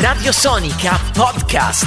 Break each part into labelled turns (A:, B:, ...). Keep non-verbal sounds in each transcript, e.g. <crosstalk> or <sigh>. A: Radio Sonica Podcast.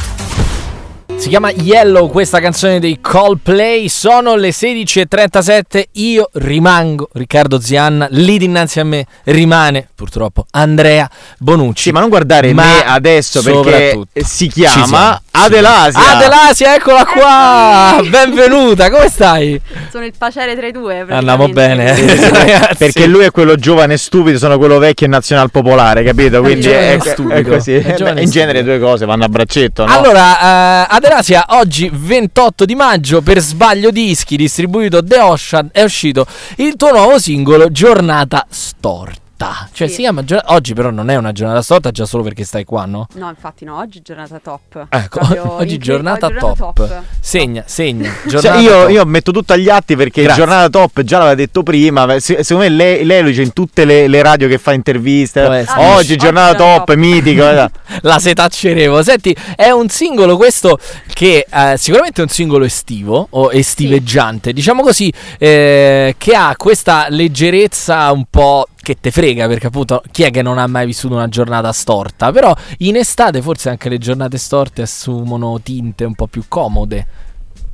B: Si chiama Yellow questa canzone dei Coldplay, sono le 16.37, io rimango Riccardo Zianna, lì dinanzi a me rimane purtroppo Andrea Bonucci.
C: Sì, ma non guardare
B: Ma
C: me adesso perché
B: soprattutto
C: si
B: ci siamo,
C: chiama
B: ci
C: Adelasia.
B: Adelasia, eccola qua, benvenuta, come stai?
D: Sono il piacere tra i due.
B: Andiamo
D: praticamente.
B: bene, eh.
C: Sì, sì,
B: ragazzi.
C: Perché lui è quello giovane e stupido, sono quello vecchio e nazional popolare, capito? Quindi
B: giovane
C: è,
B: e stupido.
C: è così. Eh,
B: È giovane e
C: In genere
B: stupido.
C: le due cose vanno a braccetto, no?
B: Allora, eh, Adelasia, oggi 28 di maggio, per sbaglio dischi, distribuito The Ocean, è uscito il tuo nuovo singolo Giornata Storta. Cioè,
D: Sì.
B: si chiama giornata. Oggi, però, non è una giornata storta, già solo perché stai qua, no?
D: No, infatti no, oggi è giornata top.
B: Ecco,
D: Proprio
B: oggi
D: incre-
B: giornata,
D: oggi
B: top. Segna, segna.
C: Cioè,
B: Giornata
C: io,
B: top.
C: io metto tutto agli atti perché
B: Grazie.
C: giornata top già l'aveva detto prima. beh, se- secondo me lei, lei lo dice in tutte le, le radio che fa interviste.
B: Può essere.
C: Oggi
D: Oggi
C: giornata
D: è
C: top,
D: top.
C: mitico. eh.
B: <laughs> La setacceremo. Senti, è un singolo questo che eh, sicuramente è un singolo estivo o estiveggiante, diciamo così, eh, che ha questa leggerezza un po' che te frega, perché appunto chi è che non ha mai vissuto una giornata storta? Però in estate forse anche le giornate storte assumono tinte un po' più
C: <laughs>
B: comode.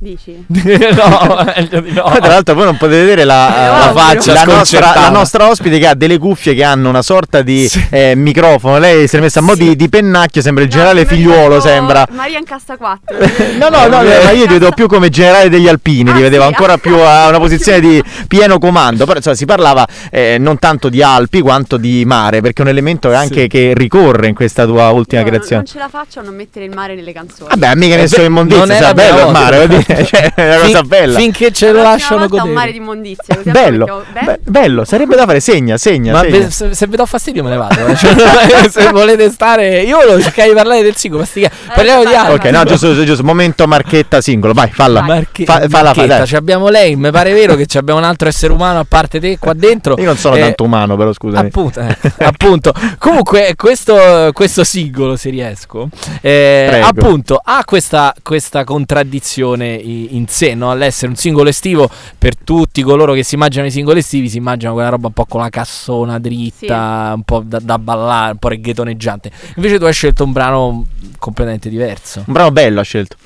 B: <laughs>
D: Dici?
B: no, meglio di no.
C: Poi, tra l'altro, voi non potete vedere la,
D: Eh,
C: la
D: ovvio.
C: faccia la nostra,
B: sconcertata.
C: la nostra ospite che ha delle cuffie che hanno una sorta di
B: Sì.
C: eh, microfono. Lei si è messa a mo'
D: Sì.
C: di, di pennacchio, sembra il
D: No,
C: generale
D: mi
C: figliuolo.
D: ricordo
C: Sembra.
D: Maria Incasta 4.
C: <laughs> No, no, no,
B: Eh,
C: ma io ti vedo più come generale degli alpini,
D: Ah,
C: ti vedevo
D: sì?
C: ancora più a una posizione di pieno comando, però insomma si parlava eh, non tanto di Alpi quanto di mare, perché è un elemento
B: Sì.
C: anche che ricorre in questa tua ultima
D: Io non-
C: creazione.
D: Non ce la faccio a non mettere il mare nelle canzoni.
C: Vabbè, mica ne
B: Eh,
C: sono
B: beh,
C: immondizia,
B: non è
C: sarà
B: la prima
C: bello il
B: volta.
C: mare, vuol dire, <laughs> cioè, è una
B: Fin-
C: cosa bella.
B: Finché ce lo
D: La prossima
B: lasciano
D: volta
B: godere.
D: un mare di immondizia. così almeno
C: Bello,
D: mettiamo- Beh,
C: be- bello, sarebbe da fare, segna, segna,
B: Ma
C: segna.
B: ve- se, se vi do fastidio me ne vado. eh. <laughs> Cioè, se volete stare. Io volevo cercare di parlare del singolo, ma sti cazzi, Parliamo di
D: Eh, vai,
B: altro.
C: Ok, no, giusto, giusto, giusto, momento marchetta singolo, vai, falla.
B: Marche-
C: Fa- falla, falla,
B: Marchetta,
C: dai.
B: ci abbiamo lei. Mi pare vero che ci abbiamo un altro essere umano a parte te qua dentro.
C: Io non sono
B: Eh,
C: tanto umano, però scusami.
B: Appunto, eh, <laughs> appunto. comunque questo, questo singolo, se riesco, eh,
C: Prego.
B: appunto ha questa, questa contraddizione i- in sé, no? l'essere un singolo estivo per tutti coloro che si immaginano i singoli estivi, si immaginano quella roba un po' con la cassona dritta, un po' da, da ballare, un po' reggaetoneggiante. Invece tu hai scelto un brano completamente diverso.
C: Un brano bello ha scelto.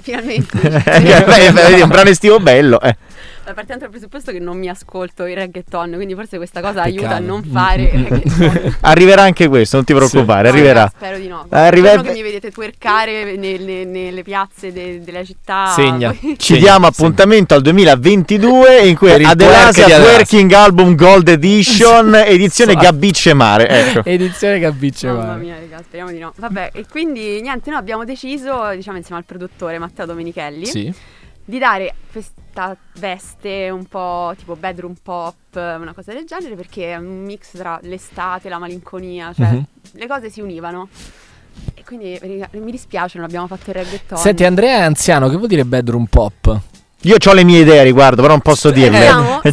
D: Finalmente.
B: Eh,
C: <laughs> Beh, vedi, un brano estivo bello. eh.
D: Partendo dal presupposto che non mi ascolto il reggaeton, quindi forse questa cosa aiuta a
B: Peccato.
D: non fare
B: Mm, mm, mm.
C: <laughs>
D: reggaeton.
C: Arriverà anche questo, non ti preoccupare,
D: No,
C: arriverà. Eh,
D: raga, Spero di no.
C: Arriverà-
D: Spero che mi vedete twerkare nel- nel- nelle piazze de- della città.
B: Segna.
D: <laughs> Poi-
C: Ci
B: Sì,
C: diamo
B: sì.
C: appuntamento al 2022 in cui
B: Per il
C: Adelasia
B: twerk di Adelasia.
C: Twerking Album Gold Edition, edizione
B: Sì.
C: Gabicce Mare. Ecco.
B: Eh. Edizione capisce,
D: Mamma mia, raga, speriamo di no. Vabbè, e quindi niente, noi abbiamo deciso, diciamo insieme al produttore Matteo Domenichelli,
B: Sì.
D: di dare questa veste un po' tipo bedroom pop, una cosa del genere, perché è un mix tra l'estate, la malinconia, cioè
B: Mhm.
D: le cose si univano. E quindi raga, mi dispiace, non abbiamo fatto il reggaeton.
B: Senti, Andrea è anziano, che vuol dire bedroom pop?
C: Io ho le mie idee riguardo, però non posso dirle.
D: Sentiamo?
C: Cioè,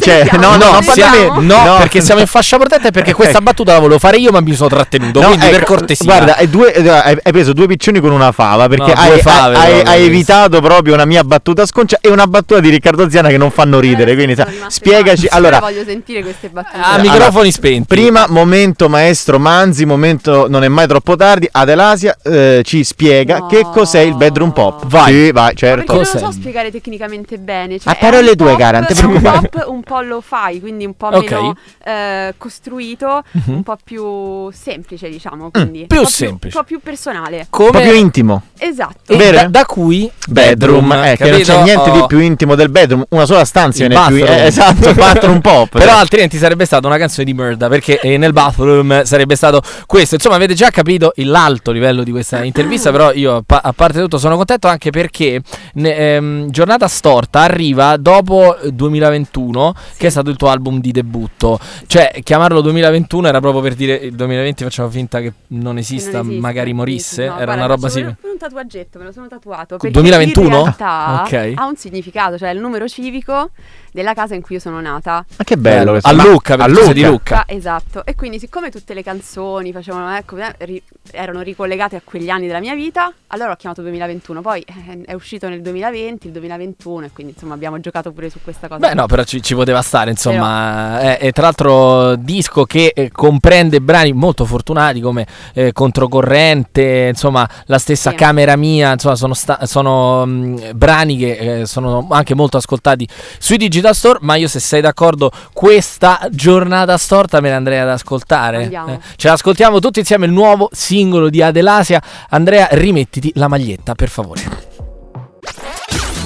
C: no, no,
D: Sentiamo?
C: non posso
D: Sentiamo?
C: dire-
B: No,
C: no,
B: perché siamo in fascia protetta e
C: <laughs>
B: perché questa
C: Ecco.
B: battuta la volevo fare io, ma mi sono trattenuto.
C: No,
B: quindi,
C: ecco,
B: per cortesia,
C: Guarda, hai, due- eh, hai- hai preso due piccioni con una fava
B: No,
C: perché
B: due
C: hai,
B: fave
C: hai-
B: proprio,
C: hai
B: hai visto.
C: evitato proprio una mia battuta sconcia e una battuta di Riccardo Ziana che non fanno ridere.
D: Adesso
C: Quindi
D: sono
C: sa,
D: rimasta
C: spiegaci.
D: male,
C: Allora,
D: voglio sentire queste battute.
B: Eh, a
C: allora,
B: microfoni spenti.
C: Prima momento maestro Manzi, momento non è mai troppo tardi. Adelasia eh, ci spiega
D: No.
C: che cos'è il bedroom pop.
B: Vai.
C: Sì, vai,
D: Ma
C: certo.
D: Perché non lo so
B: Cos'è?
D: spiegare tecnicamente bene. Cioè
B: Ah,
C: A
D: è
C: parole
D: un
C: tue,
D: pop-
C: cara, non ti
D: è un
C: preoccupare.
D: pop un po' lo fai, quindi un po'
B: Ok.
D: meno eh, costruito,
B: Mhm. Mm,
D: un po' più semplice, diciamo. Quindi. Un
B: più
D: po'
B: semplice.
D: Un po' più personale.
B: come
C: Proprio intimo.
D: Esatto.
B: e
C: Vero?
B: da, da cui
C: Bedroom, eh, che non
B: capito?
C: c'è niente
B: Oh.
C: di più intimo del bedroom, una sola stanza
B: Il
C: viene più
B: bathroom.
C: eh, esatto, bathroom pop.
B: <laughs> Però altrimenti sarebbe stata una canzone di merda perché eh, nel bathroom sarebbe stato questo. Insomma, avete già capito il- l'alto livello di questa intervista, però io a pa- a parte tutto sono contento anche perché ne- ehm, Giornata Storta arriva dopo eh, 2021, che è stato il tuo album di debutto. Cioè, chiamarlo 2021 era proprio per dire il 2020 eh, facciamo finta che non esista,
D: esiste,
B: magari morisse, era
D: no, guarda,
B: una roba
D: faccio
B: simile.
D: una puntata tatuaggetto, me lo sono tatuato.
B: Con
D: Perché
B: 2021?
D: In realtà
B: Ok.
D: ha un significato, cioè è il numero civico della casa in cui io sono nata.
C: Ma che bello.
B: a Lucca, perché tu sei di Lucca.
D: Ah, esatto. E quindi, siccome tutte le canzoni facevano, ecco, eh, ri- erano ricollegate a quegli anni della mia vita, allora ho chiamato 2021. Poi eh, è uscito nel 2020, il 2021, e quindi insomma abbiamo giocato pure su questa cosa.
B: Beh, no, però ci, ci poteva stare, insomma. Eh, e tra l'altro, disco che eh, comprende brani molto fortunati come eh, Controcorrente, insomma, la stessa
D: Sì.
B: Camera Mia. Insomma, sono, sta- sono, mh, brani che eh, sono anche molto ascoltati sui digital store. Ma io, se sei d'accordo, questa giornata storta me ne andrei ad ascoltare. Eh,
D: Andiamo.
B: ce l'ascoltiamo tutti insieme il nuovo singolo di Adelasia. Andrea, rimettiti la maglietta, per favore.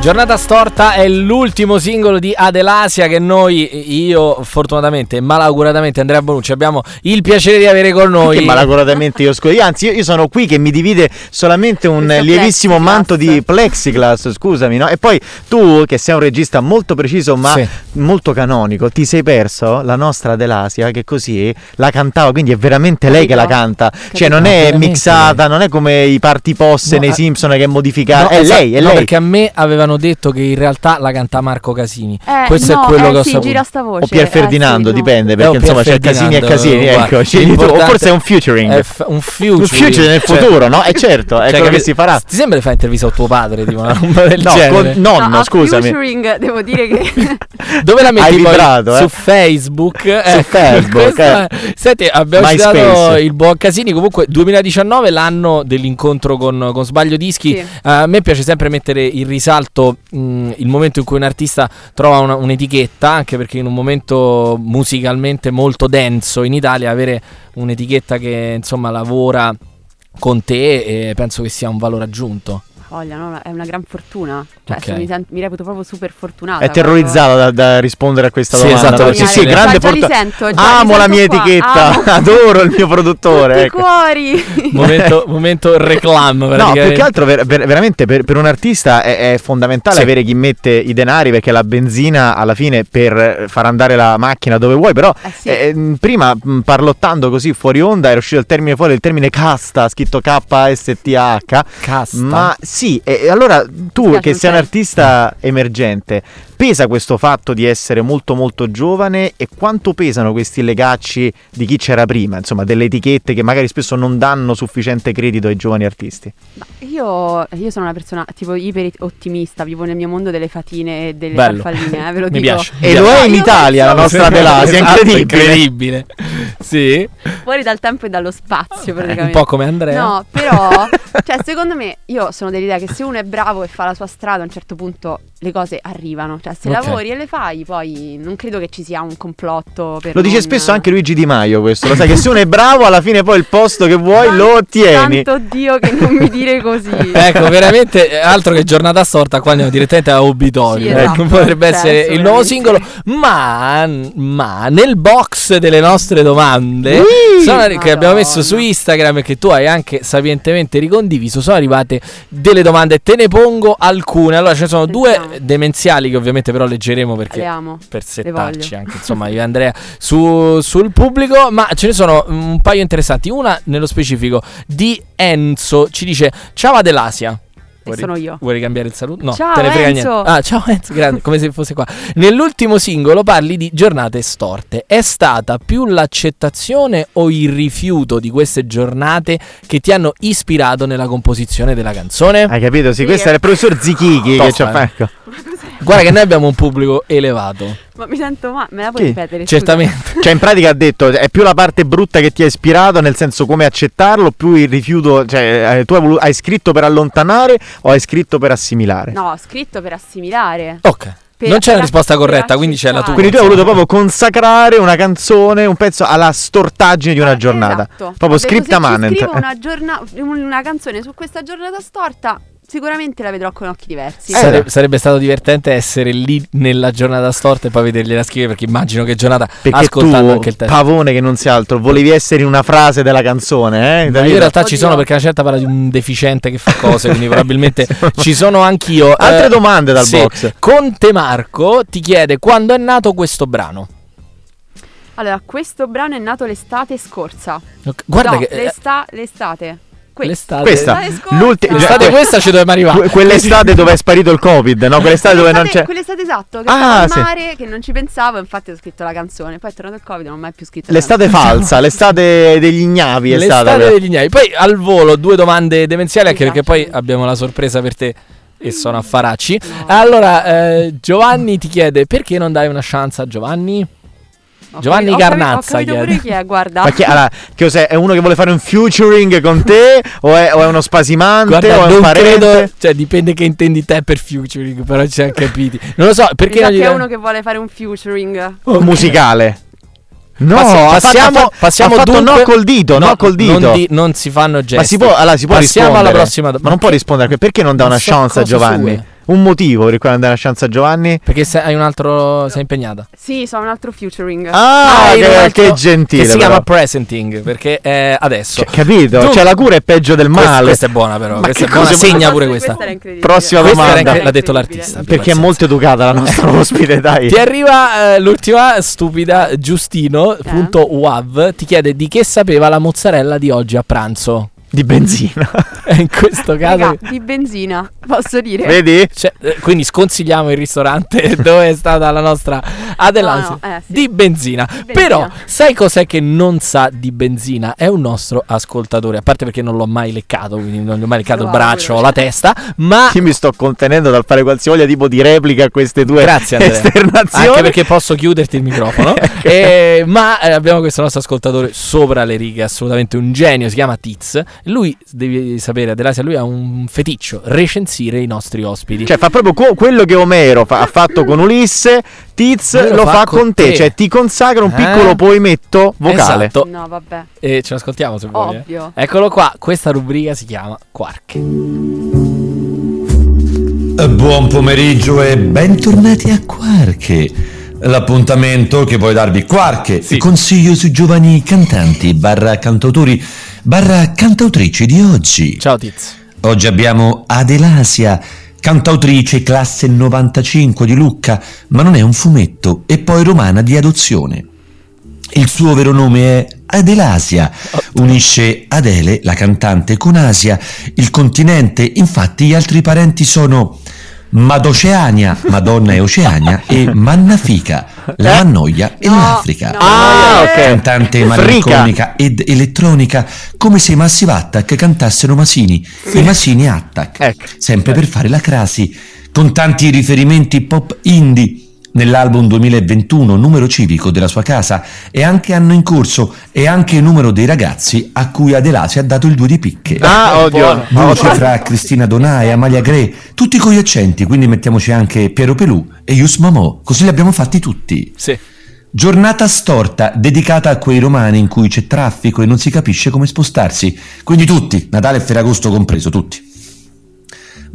B: Giornata storta è l'ultimo singolo di Adelasia che noi, io fortunatamente e malauguratamente Andrea Bonucci abbiamo il piacere di avere con
C: Che
B: noi.
C: malaguratamente io scusi. Anzi, io, io sono qui che mi divide solamente un
D: Questo
C: lievissimo
D: plexiglass.
C: manto di plexiglass, scusami, no? E poi tu, che sei un regista molto preciso ma
B: Sì.
C: molto canonico, ti sei perso la nostra Delasia che così la cantava, quindi è veramente lei che la canta. Cioè non
B: Ma
C: è
B: veramente
C: mixata, non è come i parti posse
B: No,
C: nei
B: a-
C: Simpson che è modificata,
B: No,
C: è
B: esatto,
C: lei, è
B: no,
C: lei.
B: perché a me avevano detto che in realtà la canta Marco Casini.
D: Eh,
B: Questo
D: no,
B: è quello
D: eh,
B: che ho
D: sì,
B: saputo.
D: gira sta voce.
C: O Pier
D: eh,
C: Ferdinando,
D: sì, no.
C: dipende,
B: Eh, o
C: perché
B: Pier
C: insomma c'è Casini e
B: Ferdinando, oh,
C: Casini,
B: guarda.
C: ecco, scegli tu. o
B: L'importante-
C: forse è un featuring.
B: È f- un future. Cioè,
C: un future nel futuro, no? È certo, è quello che si farà.
B: Ti sembra di fare intervista a tuo padre,
C: <laughs>
B: tipo una roba del
C: No,
B: genere?
C: con nonno,
D: No, a
C: scusami.
D: Ah, Featuring, devo dire
C: <laughs>
D: che
B: Dove la metti
C: Hai
B: poi?
C: vibrato, eh?
B: Su Facebook. Su
C: Facebook, eh.
B: Senti, abbiamo
C: MySpace.
B: citato il buon Casini. Comunque, 2019, l'anno dell'incontro con, con Sbaglio Dischi. Eh,
D: Sì.
B: a me piace sempre mettere in risalto mh, il momento in cui un artista trova una- un'etichetta, anche perché in un momento musicalmente molto denso in Italia, avere un'etichetta che insomma lavora con te eh, penso che sia un valore aggiunto.
D: Voglia, no? è una gran fortuna. Cioè,
B: Ok.
D: se mi, sent- mi reputo proprio super fortunata.
C: È terrorizzata da, da rispondere a questa
B: Sì,
C: domanda.
B: esatto,
C: no?
B: perché
C: sì, sì,
B: già-
C: grande
D: già li
C: fortuna.
D: sento, già li
C: Amo la
D: sento
C: mia
D: qua,
C: etichetta,
D: amo.
C: <laughs> adoro il mio
D: Tutti
C: produttore.
D: i
C: ecco.
D: cuori.
B: Momento, momento reclam.
C: No, più
B: praticamente.
C: che altro ver- ver- veramente per, per un artista è, è fondamentale
B: Sì.
C: avere chi mette i denari perché la benzina alla fine per eh, far andare la macchina dove vuoi, però
D: Eh sì.
C: eh, mh, prima mh, parlottando così fuori onda era uscito il termine fuori, il termine casta, scritto K-S-T-A-H,
B: Casta.
C: Ma sì, e e allora
D: Mi
C: tu
D: piace
C: che
D: un
C: sei un
D: po'.
C: artista emergente, pesa questo fatto di essere molto molto giovane e quanto pesano questi legacci di chi c'era prima, insomma delle etichette che magari spesso non danno sufficiente credito ai giovani artisti?
D: Ma Io, io sono una persona tipo iper ottimista, vivo nel mio mondo delle fatine e delle
B: Bello.
D: farfalline, eh, ve lo
B: <laughs> Mi
D: dico.
B: piace.
C: E
B: Mi
C: lo
B: piace.
C: è in
D: Io
C: Italia la
D: penso-
B: <laughs>
C: nostra Delasia, è
B: Esatto,
C: incredibile.
B: incredibile. Sì,
D: <laughs> Fuori dal tempo e dallo
B: Eh,
D: spazio,
B: un eh?
D: praticamente.
B: po' come Andrea.
D: No,
B: <laughs>
D: però, cioè, secondo me, io sono dell'idea che se uno è bravo e fa la sua strada, a un certo punto le cose arrivano. Cioè, se
B: Ok.
D: lavori e le fai, poi non credo che ci sia un complotto per
C: Lo dice
D: non-
C: spesso anche Luigi Di Maio questo, lo sai che se uno è bravo alla fine poi il posto che vuoi
D: Ma
C: lo ottieni.
D: Santo Dio che non mi dire
B: <laughs>
D: così.
B: Ecco, veramente eh, altro che giornata storta, qua andiamo direttamente a obitorio.
D: Sì, esatto.
B: Ecco, potrebbe
D: Cioè,
B: essere il nuovo
D: assolutamente.
B: singolo. Ma, ma nel box delle nostre domande
C: Ui!
B: sono arri- che abbiamo
D: Madonna.
B: messo su Instagram e che tu hai anche sapientemente ricondiviso, sono arrivate delle domande. Te ne pongo alcune. Allora, ce ne sono due
D: Sentiamo.
B: demenziali che ovviamente però leggeremo perché
D: Le amo.
B: per settarci
D: voglio. <laughs>
B: anche insomma io e Andrea su- sul pubblico ma ce ne sono un paio interessanti una nello specifico di Enzo ci dice ciao Adelasia
D: E sono io. <laughs>
B: Vuoi cambiare il saluto? No,
D: Ciao,
B: te ne frega
D: Enzo.
B: niente. Ah, ciao Enzo, grande, come se fosse qua. Nell'ultimo singolo parli di giornate storte. È stata più l'accettazione o il rifiuto di queste giornate che ti hanno ispirato nella composizione della canzone?
C: Hai capito? Sì,
D: Sì,
C: questo
D: eh.
C: era il professor Zichichi
B: Tosta,
C: che ci ha
B: eh.
C: fatto.
B: Guarda che noi abbiamo un pubblico elevato.
D: Ma mi sento male, me la puoi
C: Sì,
D: ripetere? Scusa.
B: Certamente.
C: Cioè, in pratica ha detto: è più la parte brutta che ti ha ispirato, nel senso come accettarlo, più il rifiuto. Cioè, eh, tu hai, volu- hai scritto per allontanare o hai scritto per assimilare?
D: No, ho scritto per assimilare.
C: Oh,
B: Ok.
D: Per-
B: non c'è
D: per
B: una risposta corretta,
D: accettare.
B: quindi c'è la tua.
C: Quindi tu hai
B: insomma.
C: voluto proprio consacrare una canzone, un pezzo alla stortaggine di una giornata.
D: Esatto.
C: Proprio
D: Ho detto,
C: scripta
D: se ci
C: manent.
D: scrivo una, giorna- una canzone su questa giornata storta, sicuramente la vedrò con occhi diversi.
C: Eh,
B: Sare-
C: dai.
B: sarebbe stato divertente essere lì nella giornata storta e poi vedergliela scrivere perché immagino che giornata
C: eh, Perché
B: ascoltando
C: tu,
B: anche il testo.
C: pavone che non sia altro, volevi essere in una frase della canzone, eh?
B: Ma io in realtà ci
D: Oddio.
B: sono perché una certa parla di un deficiente che fa cose, quindi
C: <laughs>
B: probabilmente ci sono anch'io.
C: Altre
B: Eh,
C: domande dal
B: sì.
C: box.
B: Conte Marco ti chiede quando è nato questo brano.
D: Allora, questo brano è nato l'estate scorsa.
B: Ok, Guarda
D: no,
B: che eh,
D: l'esta- l'estate. Que-
B: l'estate,
C: Questa,
D: L'estate scorsa.
C: l'ultima,
B: l'estate questa ci
C: <laughs>
B: dovevamo arrivare.
C: Que- quell'estate dove è sparito il Covid,
D: <laughs>
C: no? Quell'estate dove non c'è.
D: Quell'estate esatto, che
C: Ah,
D: stavo al
C: sì.
D: mare, che non ci pensavo, infatti ho scritto la canzone. Poi è tornato il Covid, non ho mai più scritto la
C: L'estate falsa, l'estate degli ignavi è
B: L'estate
C: stata. quella.
B: degli ignari. Poi al volo due domande demenziali, anche perché poi
D: Esatto.
B: abbiamo la sorpresa per te. E sono a Faracci.
D: No.
B: Allora, eh, Giovanni ti chiede perché non dai una chance a Giovanni?
D: canzone. Ho
B: Giovanni
D: capito- ho capi-
B: Garnazza
D: Ho capito pure
B: chiede.
D: chi è, guarda.
C: Ma chi, allora, che cos'è? È uno che vuole fare un featuring con te? O è, o è uno spasimante? o
B: Guarda,
C: è un
B: non
C: parente?
B: credo, cioè dipende che intendi te per futuring, però ci siamo capiti. Non lo so, perché
D: Perché
B: non gli
D: Esatto, è
B: dai-
D: uno che vuole fare un featuring.
C: O musicale? No,
B: Passi-
C: ha fatto-
B: passiamo,
C: ha fatto-
B: passiamo
C: ha fatto
B: dunque-
C: no col dito, no, col dito.
B: Non, di- non si fanno gesti.
C: ma si può, allora, si può
B: Passiamo
C: rispondere.
B: alla prossima domanda.
C: Ma non può rispondere perché- perché non dà
B: Non
C: una
B: so
C: chance a
B: cose
C: Giovanni?
B: sue.
C: Un motivo per cui non dà una chance a Giovanni?
B: Perché se- hai un altro sei impegnata.
D: Sì, so un altro featuring.
C: Ah,
B: Hai un
C: che,
B: altro-
C: che gentile.
B: Che si
C: però.
B: chiama presenting, perché è adesso.
C: Cioè, capito?
B: Tu-
C: cioè, la cura è peggio del
B: Questa-
C: male.
B: Questa è buona però,
C: Ma
B: questa è
C: che
B: buona,
C: cosa-
B: segna
D: Questa-
B: pure questa.
D: era incredibile.
C: Prossima
D: Questa era
C: domanda.
B: L'ha detto
D: incredibile.
B: l'artista.
C: perché è molto educata la
B: <laughs>
C: nostra ospite, dai.
B: Ti arriva eh, l'ultima stupida
D: Eh.
B: Giustino.wav ti chiede di che sapeva la mozzarella di oggi a pranzo.
C: Di benzina.
B: E in questo
D: Raga,
B: caso
D: di benzina, <laughs> posso dire.
C: Vedi?
B: Cioè, eh, quindi sconsigliamo il
D: <laughs>
B: ristorante dove è stata la nostra Adelanza
D: No, no, eh, sì.
B: di benzina.
D: benzina.
B: Però sai cos'è che non sa di benzina? È un nostro ascoltatore, a parte perché non l'ho mai leccato, quindi non gli ho mai leccato il
D: Lo
B: braccio o
D: auguro.
B: la testa, ma
C: Io mi sto contenendo dal fare qualsiasi tipo di replica a queste due
B: Grazie, Andrea.
C: esternazioni.
B: anche perché posso chiuderti il
C: <laughs>
B: microfono. Eh, ma eh, abbiamo questo nostro ascoltatore sopra le righe, assolutamente un genio, si chiama Tiz. Lui, devi sapere, Adelasia, lui ha un feticcio, recensire i nostri ospiti.
C: Cioè, fa proprio co- quello che Omero fa- ha fatto con Ulisse, Tiz
B: Lui
C: lo, fa con te. Cioè, ti consagra un
B: Eh?
C: piccolo poemetto vocale.
B: Esatto.
D: No, vabbè,
B: E ce l'ascoltiamo se vuoi. eh.
D: ovvio.
B: Eccolo qua, questa rubrica si chiama Quark.
E: Eh, Buon pomeriggio e bentornati a Quarche. L'appuntamento che puoi darvi Quarche, consiglio sui giovani cantanti barra cantautori barra cantautrici di oggi.
B: Ciao Tiz.
E: Oggi abbiamo Adelasia, cantautrice classe 95 di Lucca, ma non è un fumetto, e poi romana di adozione. Il suo vero nome è Adelasia. Unisce Adele, la cantante, con Asia, il continente. Infatti gli altri parenti sono Madoceania, Madonna e Oceania, e Mannafica, la Mannoia e
D: No,
E: l'Africa
D: no.
C: Ah,
D: Eh.
C: ok.
E: cantante
C: Frica.
E: malinconica ed elettronica come se i Massive Attack cantassero Masini e Masini Attack
C: Ecco.
E: sempre per fare la crasi con tanti riferimenti pop indie nell'album 2021 numero civico della sua casa e anche anno in corso e anche il numero dei ragazzi a cui Adelasi ha dato il due di picche
C: Ah, oddio.
E: Voce fra Cristina Donai, Amalia Gre, tutti con gli accenti, quindi mettiamoci anche Piero Pelù e Yus Mamò, così li abbiamo fatti tutti.
B: Sì.
E: Giornata storta, dedicata a quei romani in cui c'è traffico e non si capisce come spostarsi. Quindi tutti, Natale e Ferragosto compreso, tutti.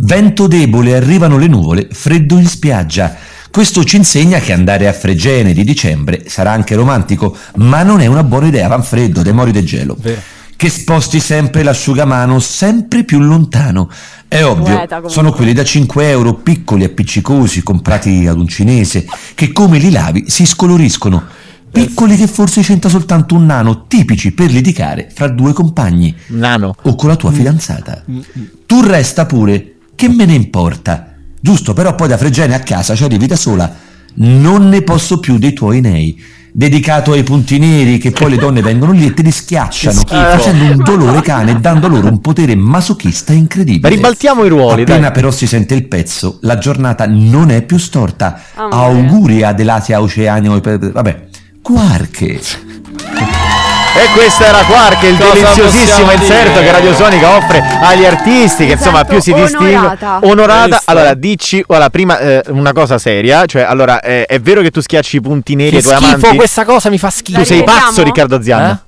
E: Vento debole, arrivano le nuvole, freddo in spiaggia. Questo ci insegna che andare a Fregene di dicembre sarà anche romantico, ma non è una buona idea, van freddo, te mori de gelo.
B: Vero.
E: Che sposti sempre l'asciugamano sempre più lontano. È ovvio,
D: Poeta, comunque.
E: sono quelli da 5 euro, piccoli e appiccicosi, comprati ad un cinese, che come li lavi si
D: Eh
E: scoloriscono. Piccoli che forse c'entra soltanto un nano, tipici per litigare fra due compagni
C: Nano.
E: o con la tua fidanzata.
C: Mm,
E: Tu resta pure, che me ne importa? Giusto, però poi da Fregene a casa ci arrivi da sola. Non ne posso più dei tuoi nei. Dedicato ai punti neri che poi le donne vengono lì e te li schiacciano, facendo un dolore cane e dando loro un potere masochista incredibile.
C: Ribaltiamo i ruoli,
E: Appena
C: dai.
E: però si sente il pezzo, la giornata non è più storta.
D: Amore.
E: Auguri a Delatia Oceanio. e per- Vabbè, Quarche.
C: E questo era Quark, il
B: Cosa
C: deliziosissimo
B: possiamo
C: inserto
B: dire?
C: che Radiosonica offre agli artisti. Che
D: Mi
C: insomma
D: sento
C: più si distingue.
D: Esatto. onorata.
C: Onorata.
B: Visto?
C: Allora, dici. Allora, prima eh, una cosa seria. Cioè, allora, eh, è vero che tu schiacci i punti neri
B: Che
C: ai tuoi
B: schifo,
C: amanti.
B: questa cosa mi fa
C: Tu
B: schifo.
D: Dai,
C: sei
D: ripetiamo?
C: pazzo, Riccardo Zian.
B: Eh?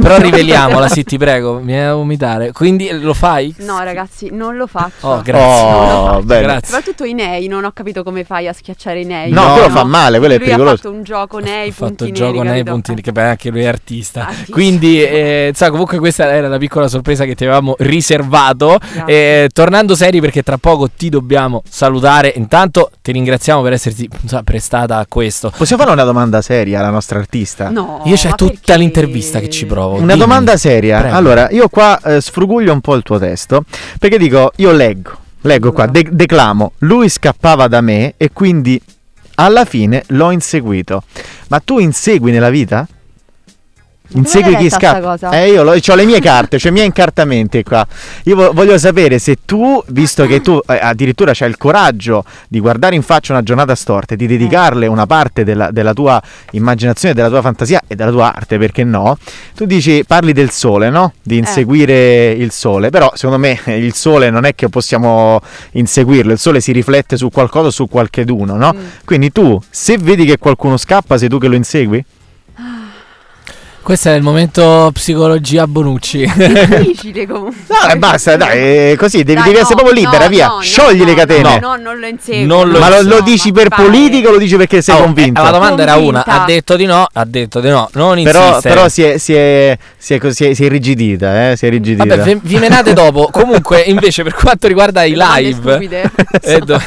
B: Però riveliamola, sì, ti prego, mi viene da vomitare. Quindi eh, lo fai?
D: No, ragazzi, non lo faccio.
B: Oh,
C: grazie. Oh,
D: Non lo faccio.
B: <laughs>
C: bene.
B: Grazie.
D: Soprattutto i nei, non ho capito come fai a schiacciare i nei.
C: No, quello fa male, quello è
D: Lui
C: pericoloso.
D: Ha fatto un gioco nei,
B: Ho fatto
D: punti
B: gioco
D: neri,
B: nei
D: capito? Ah,
B: punti che beh, anche lui è artista.
D: Artista.
B: Quindi, eh, sa, comunque questa era la piccola sorpresa che ti avevamo riservato.
D: Grazie.
B: Eh, tornando seri, perché tra poco ti dobbiamo salutare. Intanto ti ringraziamo per esserti sa, prestata a questo.
C: Possiamo fare una domanda seria alla nostra artista?
D: No,
B: Io c'è
D: Oh, ma
B: tutta
D: perché?
B: l'intervista che ci provo.
C: Una
B: dimmi.
C: domanda seria.
B: Prego.
C: Allora, io qua eh, sfruguglio un po' il tuo testo perché dico, io leggo, leggo qua, de- declamo, lui scappava da me e quindi alla fine l'ho inseguito. Ma tu insegui nella vita?
D: Dove
C: Insegui
D: l'hai
C: chi
D: letta sta
C: scappa.
D: cosa?
C: Eh, io ho le mie carte, cioè i miei incartamenti qua. Io vo- voglio sapere se tu, visto che tu eh, addirittura c'hai il coraggio di guardare in faccia una giornata storta e
D: Eh.
C: di dedicarle una parte della, della tua immaginazione, della tua fantasia e della tua arte, perché no? Tu dici, parli del sole, no?
D: Eh.
C: Di inseguire il sole, però secondo me <laughs> eh, il sole non è che possiamo inseguirlo, il sole si riflette su qualcosa o su qualcheduno, no?
D: Mm.
C: Quindi tu, se vedi che qualcuno scappa, sei tu che lo insegui?
B: Questo è il momento psicologia
C: <laughs>
B: Bonucci.
D: difficile comunque.
C: No, e basta, dai, eh, così devi,
D: eh, Dai,
C: devi
D: no,
C: essere proprio libera,
D: no,
C: via,
D: no, no,
C: sciogli
D: no,
C: le catene.
D: No, no, non lo inseguo.
B: Non lo
C: Ma lo,
B: No,
C: lo
D: ma
C: dici
D: mi
C: per
D: pare-
C: politica o lo dici perché sei
B: Oh, eh,
C: convinto?
B: la domanda era una,
D: Convinta.
B: ha detto di no, ha detto di no, non
C: però,
B: insistere.
C: però si, è, si, è, si, è, co- si è- si è irrigidita, eh? Si è irrigidita.
B: Vabbè, ve- vi menate
C: <laughs>
B: dopo. Comunque, invece, per quanto riguarda i
D: Le domande
B: live,
D: stupide.
B: <laughs> eh, do-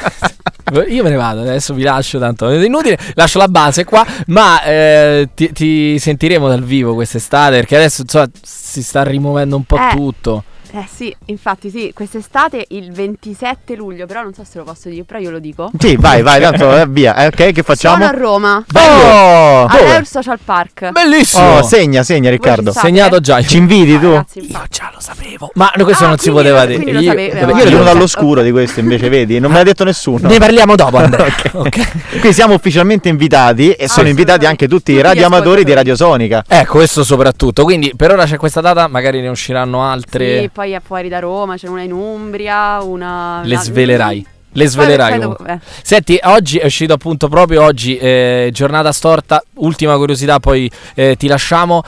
B: io me ne vado. Adesso vi lascio. Tanto è inutile, lascio la base qua. Ma eh, ti, ti sentiremo dal vivo quest'estate. Perché adesso insomma, si sta rimuovendo un po'
D: Eh.
B: tutto.
D: Eh sì, infatti sì, quest'estate il 27 luglio, però non so se lo posso dire, però io lo dico.
C: Sì, vai, vai, tanto eh, via. Eh, ok, che
D: Sono
C: facciamo?
D: a Roma,
C: Oh,
D: all'Air
C: dove?
D: Social Park.
B: Bellissimo.
C: Oh, segna, segna
D: Voi
C: Riccardo.
D: ci
B: Segnato già.
C: Ci invidi tu?
D: Ragazzi, infatti.
B: Io già lo sapevo. Ma no, questo
D: Ah,
B: non si
D: quindi-
B: poteva dire.
D: quindi lo sapeva.
C: Vabbè, io
D: vai.
C: ero venuto
D: Io- certo.
C: all'oscuro di questo invece, vedi? Non me l'ha detto nessuno. <laughs>
B: Ne parliamo dopo, Andrea. <laughs> ok.
C: Qui siamo ufficialmente invitati e sono invitati anche tutti i
D: Ah, Tutti gli
C: radioamatori di
D: ascoltatori.
C: Radiosonica.
B: Ecco, questo soprattutto. Quindi per ora c'è questa data, magari ne usciranno altre.
D: Sì, poi è fuori da Roma, c'è una in Umbria, una...
B: Le
D: una-
B: svelerai.
D: Poi-
B: Le svelerai.
D: poi
B: comunque.
D: dopo- eh.
B: Senti, oggi è uscito appunto proprio oggi, eh, giornata storta, ultima curiosità, poi eh, ti lasciamo.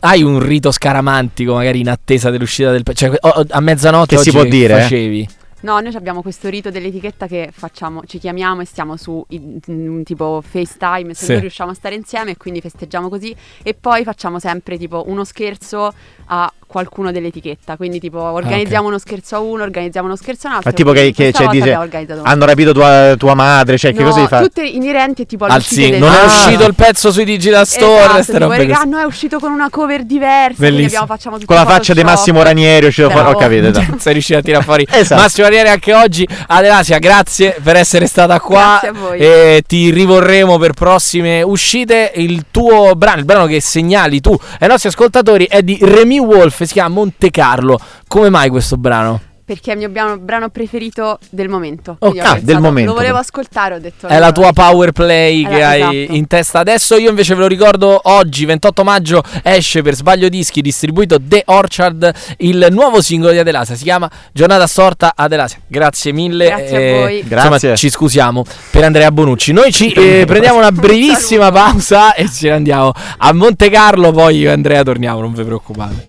B: Hai un rito scaramantico magari in attesa dell'uscita del... Cioè, o- o- a mezzanotte
C: Che si
B: oggi
C: può dire, eh?
B: facevi?
D: No, noi abbiamo questo rito dell'etichetta che facciamo, ci chiamiamo e stiamo su i- mm, tipo FaceTime, se
B: Sì.
D: non riusciamo a stare insieme e quindi festeggiamo così e poi facciamo sempre tipo uno scherzo a qualcuno dell'etichetta, quindi tipo organizziamo uno scherzo a uno, organizziamo uno scherzo a un altro.
C: Ma Ah, tipo che, che
D: Questa
C: cioè,
D: volta
C: dice,
D: abbiamo organizzato uno.
C: hanno rapito tua, tua madre, cioè che
D: No,
C: cosa devi fare?
D: Tutte inerenti tipo al
B: Alzi, non è
C: Ah.
B: uscito il pezzo sui Digital Store,
D: esatto,
B: queste
D: tipo,
B: robe
D: "Regà,
B: così."
D: no, è uscito con una cover diversa, quindi
B: Bellissimo.
D: abbiamo facciamo tutto
C: Con la
D: in
C: faccia di
D: Photoshop.
C: Massimo Ranieri uscito fuori, ho
D: Bravo.
C: capito. dai.
B: <laughs> Sei riuscito a tirare fuori
C: Esatto.
B: Massimo Ariere anche oggi. Adelasia, grazie per essere stata qua.
D: Grazie a voi.
B: E ti rivorremo per prossime uscite. Il tuo brano, il brano che segnali tu ai nostri ascoltatori è di Remy Wolf, si chiama Monte Carlo. Come mai questo brano?
D: Perché è il mio brano, brano preferito del momento.
B: Oh,
D: Quindi ho
C: ah,
D: pensato,
C: del momento.
D: Lo volevo ascoltare, ho detto.
B: È la
D: allora,
B: tua power play
D: Eh,
B: che hai
D: esatto.
B: in testa adesso. Io invece ve lo ricordo oggi, 28 maggio, esce per sbaglio dischi distribuito The Orchard il nuovo singolo di Adelasia. Si chiama Giornata Sorta Adelasia. Grazie mille.
D: Grazie a
B: eh,
D: voi.
B: insomma,
C: Grazie.
B: ci scusiamo per Andrea Bonucci. Noi ci eh, prendiamo una brevissima pausa e ce ne andiamo a Monte Carlo. Poi io e Andrea torniamo, non vi preoccupate.